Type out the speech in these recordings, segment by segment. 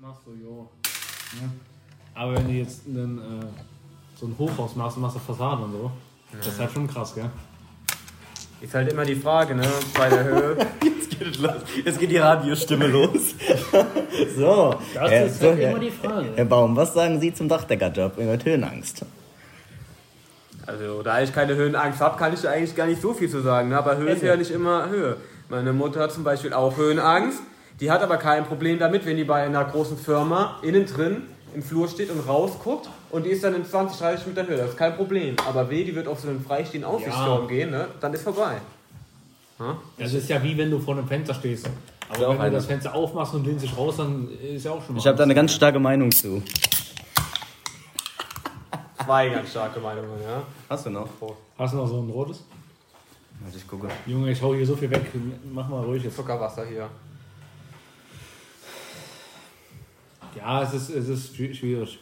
machst du, jo. Ja. Aber wenn du jetzt einen, äh, so ein Hochhaus machst und machst du Fassaden und so, das ist halt schon krass, gell? Ist halt immer die Frage, ne? Bei der Höhe. Jetzt geht, es los. Jetzt geht die Radiostimme los. so. Das Herr- ist so, halt Herr- immer die Frage. Herr Baum, was sagen Sie zum Dachdeckerjob mit Höhenangst? Also, da ich keine Höhenangst habe, kann ich da eigentlich gar nicht so viel zu sagen. Ne? Aber Höhe ist ja nicht immer Höhe. Meine Mutter hat zum Beispiel auch Höhenangst. Die hat aber kein Problem damit, wenn die bei einer großen Firma innen drin im Flur steht und rausguckt und die ist dann in 20, 30 Metern Höhe. Das ist kein Problem. Aber weh, die wird auf so einen freistehenden Aussichtsturm gehen, ne? dann ist vorbei. Das ist ja wie wenn du vor einem Fenster stehst. auch Aber wenn du eine. das Fenster aufmachst und lehnst dich raus, dann ist ja auch schon mal. Ich habe da eine ganz starke Meinung zu. Zwei ganz starke Meinungen, ja. Hast du noch? Hast du noch so ein rotes? Warte, ich gucke. Junge, ich hau hier so viel weg. Mach mal ruhig jetzt. Zuckerwasser hier. Ja, es ist, es ist schwi- schwierig.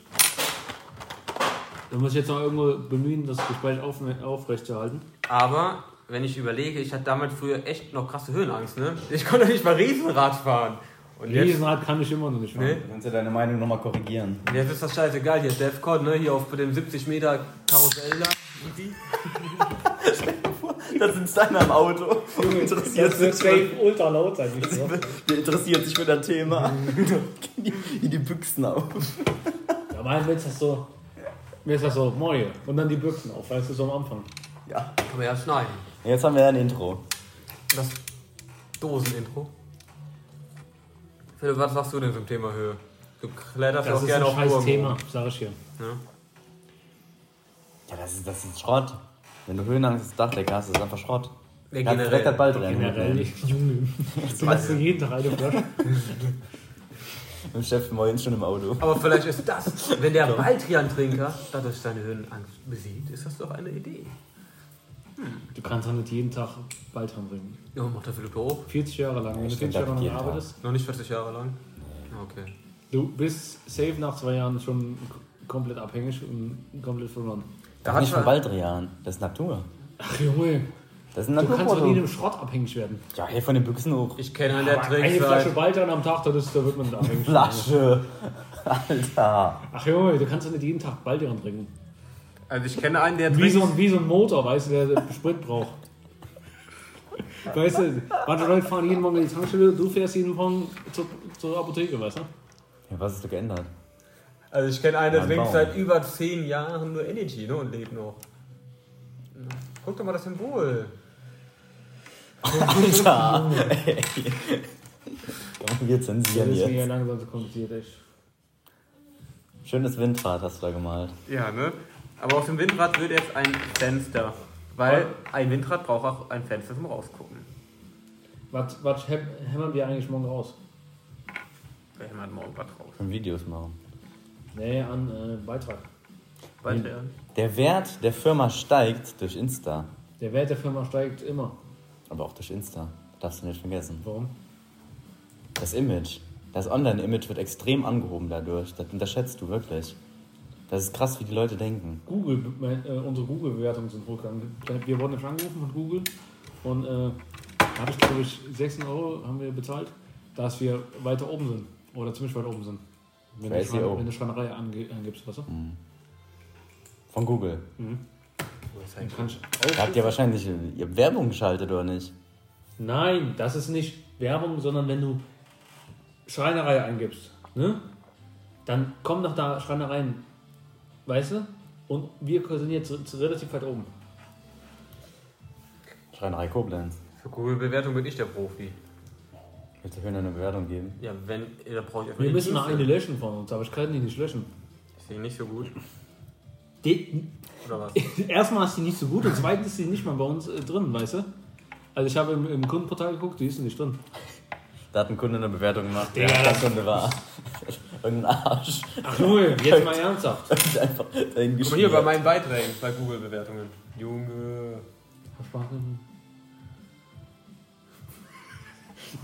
Da muss ich jetzt noch irgendwo bemühen, das Gespräch auf, aufrechtzuerhalten. Aber wenn ich überlege, ich hatte damals früher echt noch krasse Höhenangst, ne? Ich konnte nicht mal Riesenrad fahren. Und jetzt, Riesenrad kann ich immer noch nicht Nee. fahren. Du kannst ja deine Meinung nochmal korrigieren. jetzt ist das scheißegal hier, Defcon, ne? Hier auf dem 70 Meter Karussell da. Easy. Da sitzt einer im Auto. und Interessiert sich, für, ultra laut sein. Nicht so. der interessiert sich für das Thema. Wie die, die Büchsen auf. Ja, mein Witz ist so. Mir ist das so, Moje. Und dann die Büchsen auf, weißt du, so am Anfang. Ja. Kann man ja schneiden. Jetzt haben wir ein Intro. Das Dosenintro. Philipp, was sagst du denn zum Thema Höhe? Du kletterst Das auch ist gerne ein auf scheiß Burgen. Thema, sag ich hier. Ne? Ja, das ist, das ist Schrott. Wenn du Höhenangst als Dachdecker hast, ist das einfach Schrott. Ja, Kannst generell. direkt das Ball drin. Generell, Junge. Du machst dir jeden Tag eine Flasche. Mit dem Chef morgens schon im Auto. Aber vielleicht ist das, wenn der Baldrian-Trinker dadurch seine Höhenangst besiegt, ist das doch eine Idee. Du kannst doch nicht jeden Tag Baldrian bringen. Ja, macht der Philipp auch. 40 Jahre lang, wenn du Ich 40 glaub, Jahre lang jeden Tag. arbeitest. Noch nicht 40 Jahre lang? Okay. Du bist safe nach zwei Jahren schon k- komplett abhängig und komplett verloren. Da nicht von Baldrian. Das ist Natur. Ach Junge, Das ist ein du kannst doch nie Naturprodukt. einem Schrott abhängig werden. Ja, hey, von den Büchsen hoch. Ich kenne einen, der Aber eine trinkt Flasche seit... Baldrian am Tag, das ist, da wird man nicht abhängig. Flasche. Alter. Ach Junge, du kannst doch nicht jeden Tag Baldrian trinken. Also ich kenne einen, der Wie trinkt... so, ein- wie so ein Motor, weißt du, der Sprit braucht. Weißt du, manche Leute fahren jeden Morgen in die Tankstelle, du fährst jeden Morgen zur, zur Apotheke, weißt du? Ja, was hast du geändert? Also ich kenne einen, der Ja, trinkt Baum. seit über 10 Jahren nur Energy ne, und lebt noch. Guck doch mal das Symbol. Alter. Ey. Komm, wir Das zensieren ist mir ja jetzt. langsam so kompliziert, echt. Schönes Windrad hast du da gemalt. Ja, ne? Aber auf dem Windrad wird jetzt ein Fenster. Weil ein Windrad braucht auch ein Fenster zum Rausgucken. Was, was häm- hämmern wir eigentlich morgen raus? Wer hämmert morgen was drauf? Können Videos machen. Nee, an äh, Beitrag. Bald ja. Der Wert der Firma steigt durch Insta. Der Wert der Firma steigt immer. Aber auch durch Insta. Darfst du nicht vergessen. Warum? Das Image. Das Online-Image wird extrem angehoben dadurch. Das unterschätzt du wirklich. Das ist krass, wie die Leute denken. Google, mein, äh, unsere Google-Bewertungen sind hochgegangen. Wir wurden jetzt angerufen von Google und äh, da habe ich glaube ich 16 Euro haben wir bezahlt, dass wir weiter oben sind oder ziemlich weit oben sind. Wenn du Für SEO. Schrein- wenn du Schreinerei ange angibst, weißt du? Von Google. Dann kann ich Da auch habt ihr wahrscheinlich ihr Werbung geschaltet, oder nicht? Nein, das ist nicht Werbung, sondern wenn du Schreinerei eingibst, ne? dann kommen doch da Schreinereien, weißt du? Und wir sind jetzt so- so relativ weit oben. Schreinerei Koblenz. Für Google-Bewertung bin ich der Profi. Willst du Höhner eine Bewertung geben? Ja, wenn, da brauche ich einfach Wir die müssen noch Dienste. eine löschen von uns, aber ich kann die nicht löschen. Ist die nicht so gut? Die, Oder was? erstmal ist die nicht so gut und zweitens ist die nicht mal bei uns äh, drin, weißt du? Also ich habe im, im Kundenportal geguckt, die ist nicht drin. Da hat ein Kunde eine Bewertung gemacht. Digga, der das- Kunde war irgendein Arsch. Ach Junge, jetzt mal ernsthaft. Ist einfach dahin Guck mal hier bei geschmiert. meinen Beiträgen, bei Google-Bewertungen. Junge.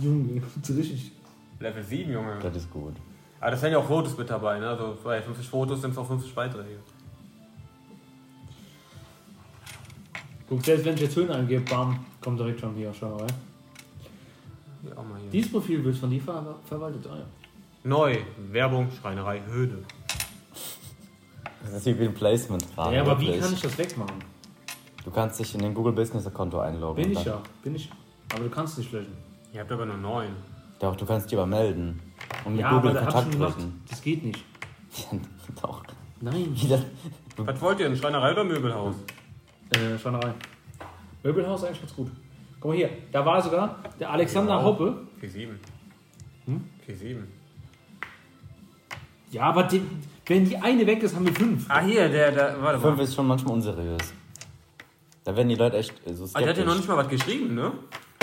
Junge, so richtig. Level 7, Junge. Das ist gut. Aber das sind ja auch Fotos mit dabei, ne? Also bei 50 Fotos sind es auch 50 Beiträge. Guck, selbst wenn ich jetzt Höhen eingebe, bam, kommt direkt schon hier, schau mal. Hier auch mal hier. Dieses Profil wird von dir ver verwaltet, ah, ja. Neu. Werbung, Schreinerei, Höhne. Das ist wie ein Placement gerade. Ja, aber wie Ah, wirklich. kann ich das wegmachen? Du kannst dich in den Google Business Konto einloggen. Bin und ich dann- ja, bin ich. Aber du kannst nicht löschen. Ihr habt aber nur neun. Doch, du kannst dich aber melden. Und mit Ja, aber Google in da hab ich schon Kontakt gemacht. treten. Das geht nicht. Doch. Nein. Wieder. Was wollt ihr, eine Schreinerei oder Möbelhaus? Äh, Schweinerei. Möbelhaus eigentlich ganz gut. Guck mal hier, da war sogar der Alexander Ja. Hoppe. 4-7. Hm? 4-7. Ja, aber die, wenn die eine weg ist, haben wir fünf. Ah, hier, der, der, warte Fünf mal. ist schon manchmal unseriös. Da werden die Leute echt äh, so skeptisch. Ah, der hat ja noch nicht mal was geschrieben, ne?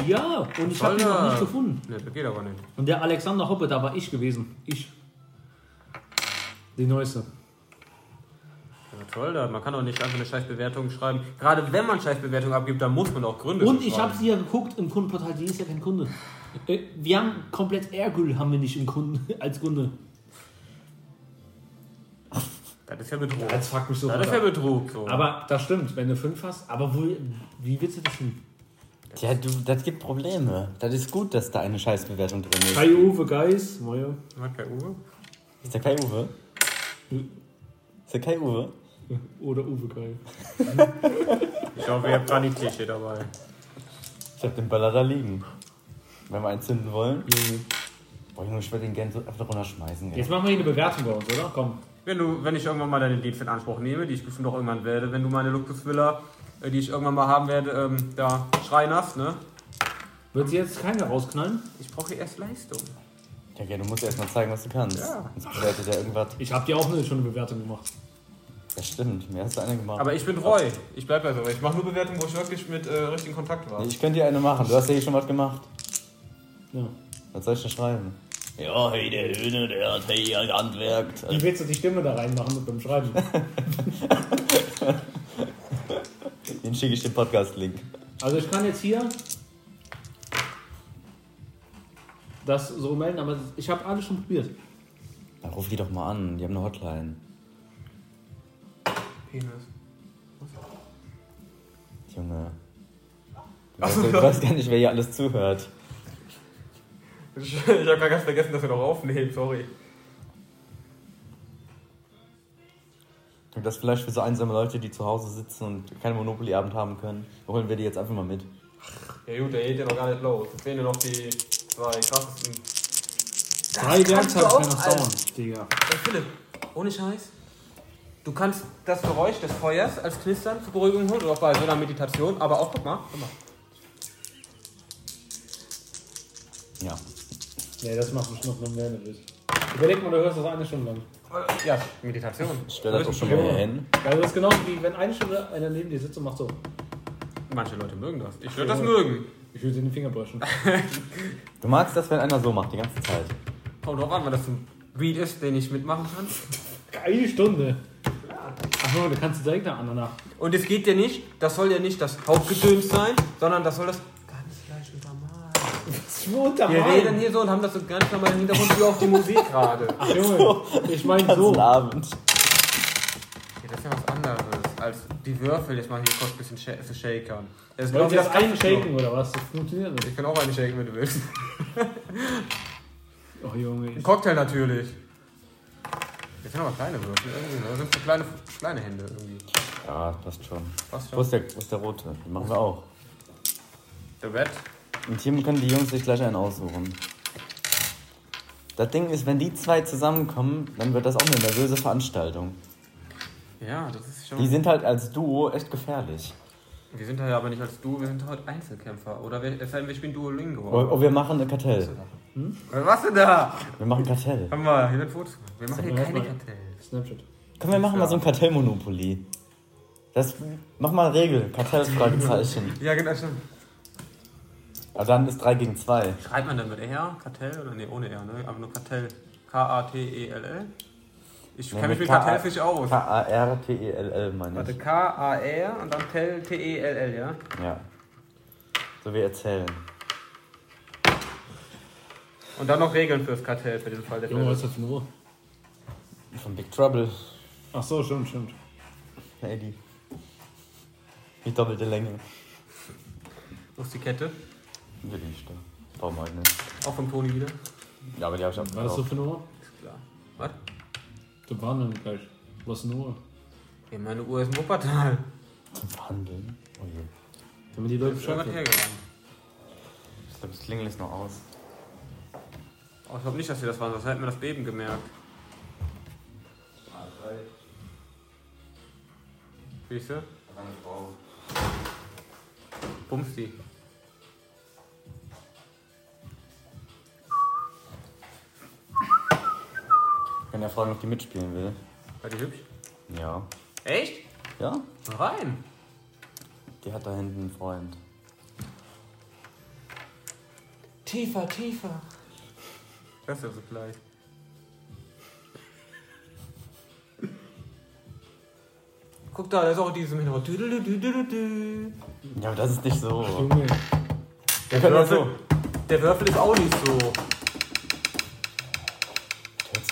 Ja, und ich habe Voll die noch da. nicht gefunden. Ne, das geht aber nicht. Und der Alexander Hoppe, da war ich gewesen. Ich. Die neueste. Ja, toll, da. man kann doch nicht einfach eine Scheißbewertung schreiben. Gerade wenn man Scheißbewertung abgibt, dann muss man auch Gründe Und für ich schreiben. habe sie ja geguckt im Kundenportal, die ist ja kein Kunde. Äh, Wir haben komplett Ergül haben wir nicht im Kunden, als Kunde. Das ist ja Betrug. Das Das fuckt mich so ist ja Betrug. So. Aber das stimmt, wenn du fünf hast, aber wo, wie willst du das hin? Ja, du, das gibt Probleme. Das ist gut, dass da eine Scheißbewertung drin ist. Kai Uwe Geis, Moje. Hat kein Uwe? Ist der Kai Uwe? Hm. Ist der Kai Uwe? Oder Uwe Geis. Ich hoffe, ihr habt gar nicht Tische dabei. Ich hab den Baller da liegen. Wenn wir einzünden wollen. Boah, Junge, ich würde den gerne so einfach runterschmeißen. Ey. Jetzt machen wir hier eine Bewertung bei uns, oder? Komm. Wenn, du, wenn ich irgendwann mal deinen Dienst in Anspruch nehme, die ich bestimmt auch irgendwann werde, wenn du meine Luxusvilla, äh, die ich irgendwann mal haben werde, ähm, da schreinerst, ne? Wird sie jetzt keiner rausknallen? Ich brauche erst Leistung. Ja, ja, du musst erst mal zeigen, was du kannst. Ja. Sonst bedeutet ja irgendwas. Ich habe dir auch eine, schon eine Bewertung gemacht. Das stimmt, mir hast du eine gemacht. Aber ich bin treu. Ich bleib bei so. Ich mache nur Bewertungen, wo ich wirklich mit äh, richtigen Kontakt war. Nee, ich könnte dir eine machen. Du hast ja hier schon was gemacht. Ja. Was soll ich da schreiben? Ja, hey, der Höhne, der hat hey handwerkt. Wie willst du die Stimme da reinmachen beim Schreiben? Den schicke ich den Podcast-Link. Also ich kann jetzt hier das so melden, aber ich habe alles schon probiert. Dann ruf die doch mal an. Die haben eine Hotline. Penis. Junge. Du weißt, du weißt gar nicht, wer hier alles zuhört. Ich, ich habe gar ganz vergessen, dass wir noch aufnehmen, sorry. Und das vielleicht für so einsame Leute, die zu Hause sitzen und keinen Monopoly-Abend haben können. Holen wir die jetzt einfach mal mit. Ja gut, der geht ja noch gar nicht los. Jetzt fehlen ja noch die zwei krassesten. Drei kannst du Werkzeuge auch, können noch Alter. dauern, Digga. Hey Philipp, ohne Scheiß. Du kannst das Geräusch des Feuers als Knistern zur Beruhigung holen, oder auch bei so einer Meditation. Aber auch, guck mal, guck mal. Ja. Nee, das macht mich noch mehr nervös. Überleg mal, du hörst das eine Stunde lang. Ja, Meditation. Ich stelle das auch schon mal hier hin. Also das ist genau wie wenn eine Stunde einer neben dir sitzt und macht so. Manche Leute mögen das. Ich würde das mögen. Ich würde dir den Finger bröschen. Du magst das, wenn einer so macht, die ganze Zeit. Kommt drauf an, weil das ein Beat ist, den ich mitmachen kann. Eine Stunde. Ach so, du kannst direkt nach danach. Und es geht ja nicht, das soll ja nicht das Hauptgedöns sein, sondern das soll das ganz leicht übermalen. Wir reden hier so und haben das so ganz normal im Hintergrund wie auch die Musik gerade. Ach Junge, ich meine Ganzen so. Abend. Ja, das ist ja was anderes als die Würfel. Ich mache hier kurz ein bisschen Sha zu shakern. Das ist Wollt genau ihr wie das das einen Kaffeeklo. shaken oder was? Das funktioniert nicht. Ich kann auch eine shaken, wenn du willst. Ach Junge, Ein ich, Cocktail natürlich. Das sind aber kleine Würfel irgendwie. ne? Das sind so kleine, kleine Hände irgendwie. Ja, passt schon. Was Wo schon? ist der, wo ist der rote? Den machen wir auch. The Red? Und hier können die Jungs sich gleich einen aussuchen. Das Ding ist, wenn die zwei zusammenkommen, dann wird das auch eine nervöse Veranstaltung. Ja, das ist schon. Die sind halt als Duo echt gefährlich. wir sind heute aber nicht als Duo, wir sind heute Einzelkämpfer. Oder wir, es sei denn, wir spielen Duolingo. Oh, oh, wir machen ein Kartell. Was denn da? Wir machen Kartell. Hör mal, hier wird Fotos gemacht. Wir machen hier mal, keine was mal. Kartell. Snapchat. Komm, wir machen mal so ein Kartellmonopoly. Das, mach mal eine Regel. Kartell, Fragezeichen. Ja, genau, stimmt. Aber dann ist 3 gegen 2. Schreibt man dann mit R, Kartell oder nee, ohne R, ne? Aber nur Kartell. K-A-T-E-L-L. E Ich Nee, kenne mich mit mit K A- Kartellfisch aus. K-A-R-T-E-L-L meine Warte, ich. K-A-R und dann Tell, T-E-L-L, ja? Ja. So, wir erzählen. Und dann noch Regeln fürs Kartell für den Fall der Junge, was ist Fälle. das für eine Uhr? Von Big Trouble. Ach so, stimmt, stimmt. Hey, die. Die doppelte Länge. Wo ist die Kette? Will ich da. Warum heute nicht? Auch vom Toni wieder. Ja, aber die habe ich auch Was ist so für eine Uhr? Ist klar. Was? Zum Verhandeln gleich. Was ist eine Uhr? Ja, meine Uhr ist im Wuppertal. Zum Verhandeln? Oh je. Damit die Leute Ist schon Bescheid was wissen. hergerannt. Ich glaube, das Klingel ist noch aus. Oh, ich glaube nicht, dass wir das waren, sonst hätten wir das Beben gemerkt. Siehst du? Bumst die. Ich kann ja fragen, ob die mitspielen will. War die hübsch? Ja. Echt? Ja? Mal rein. Die hat da hinten einen Freund. Tiefer, tiefer. Das ist ja so gleich. Guck da, da ist auch dieses im Hintergrund. Düdelüdüdelüdü. Ja, aber das ist nicht so. Junge. Der können auch Würfel, der Würfel ist auch nicht so. Hört's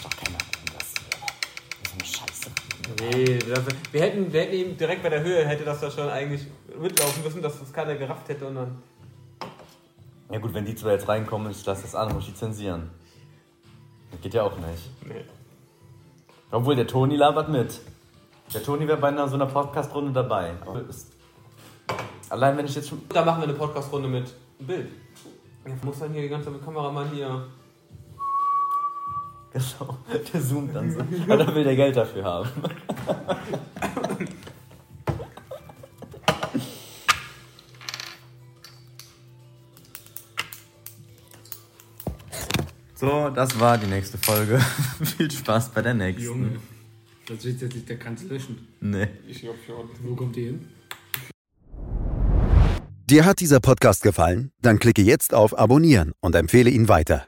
doch keiner an, das hier. Das ist eine Scheiße. Nee, das, wir, hätten, wir hätten eben direkt bei der Höhe, hätte das da schon eigentlich mitlaufen müssen, dass das keiner gerafft hätte und dann. Ja gut, wenn die zwei jetzt reinkommen, ich lasse das an, muss ich zensieren. Das geht ja auch nicht. Nee. Obwohl, der Toni labert mit. Der Toni wäre bei einer, so einer Podcast-Runde dabei. Aber ist, allein wenn ich jetzt schon... Da machen wir eine Podcast-Runde mit Bild. Jetzt muss dann hier die ganze Zeit mit Kameramann hier. Genau, der zoomt dann so. Aber dann will der Geld dafür haben. So, das war die nächste Folge. Viel Spaß bei der nächsten. Junge. Das wird jetzt nicht, der kann es löschen. Nee. Ich glaub schon. Wo kommt die hin? Dir hat dieser Podcast gefallen? Dann klicke jetzt auf Abonnieren und empfehle ihn weiter.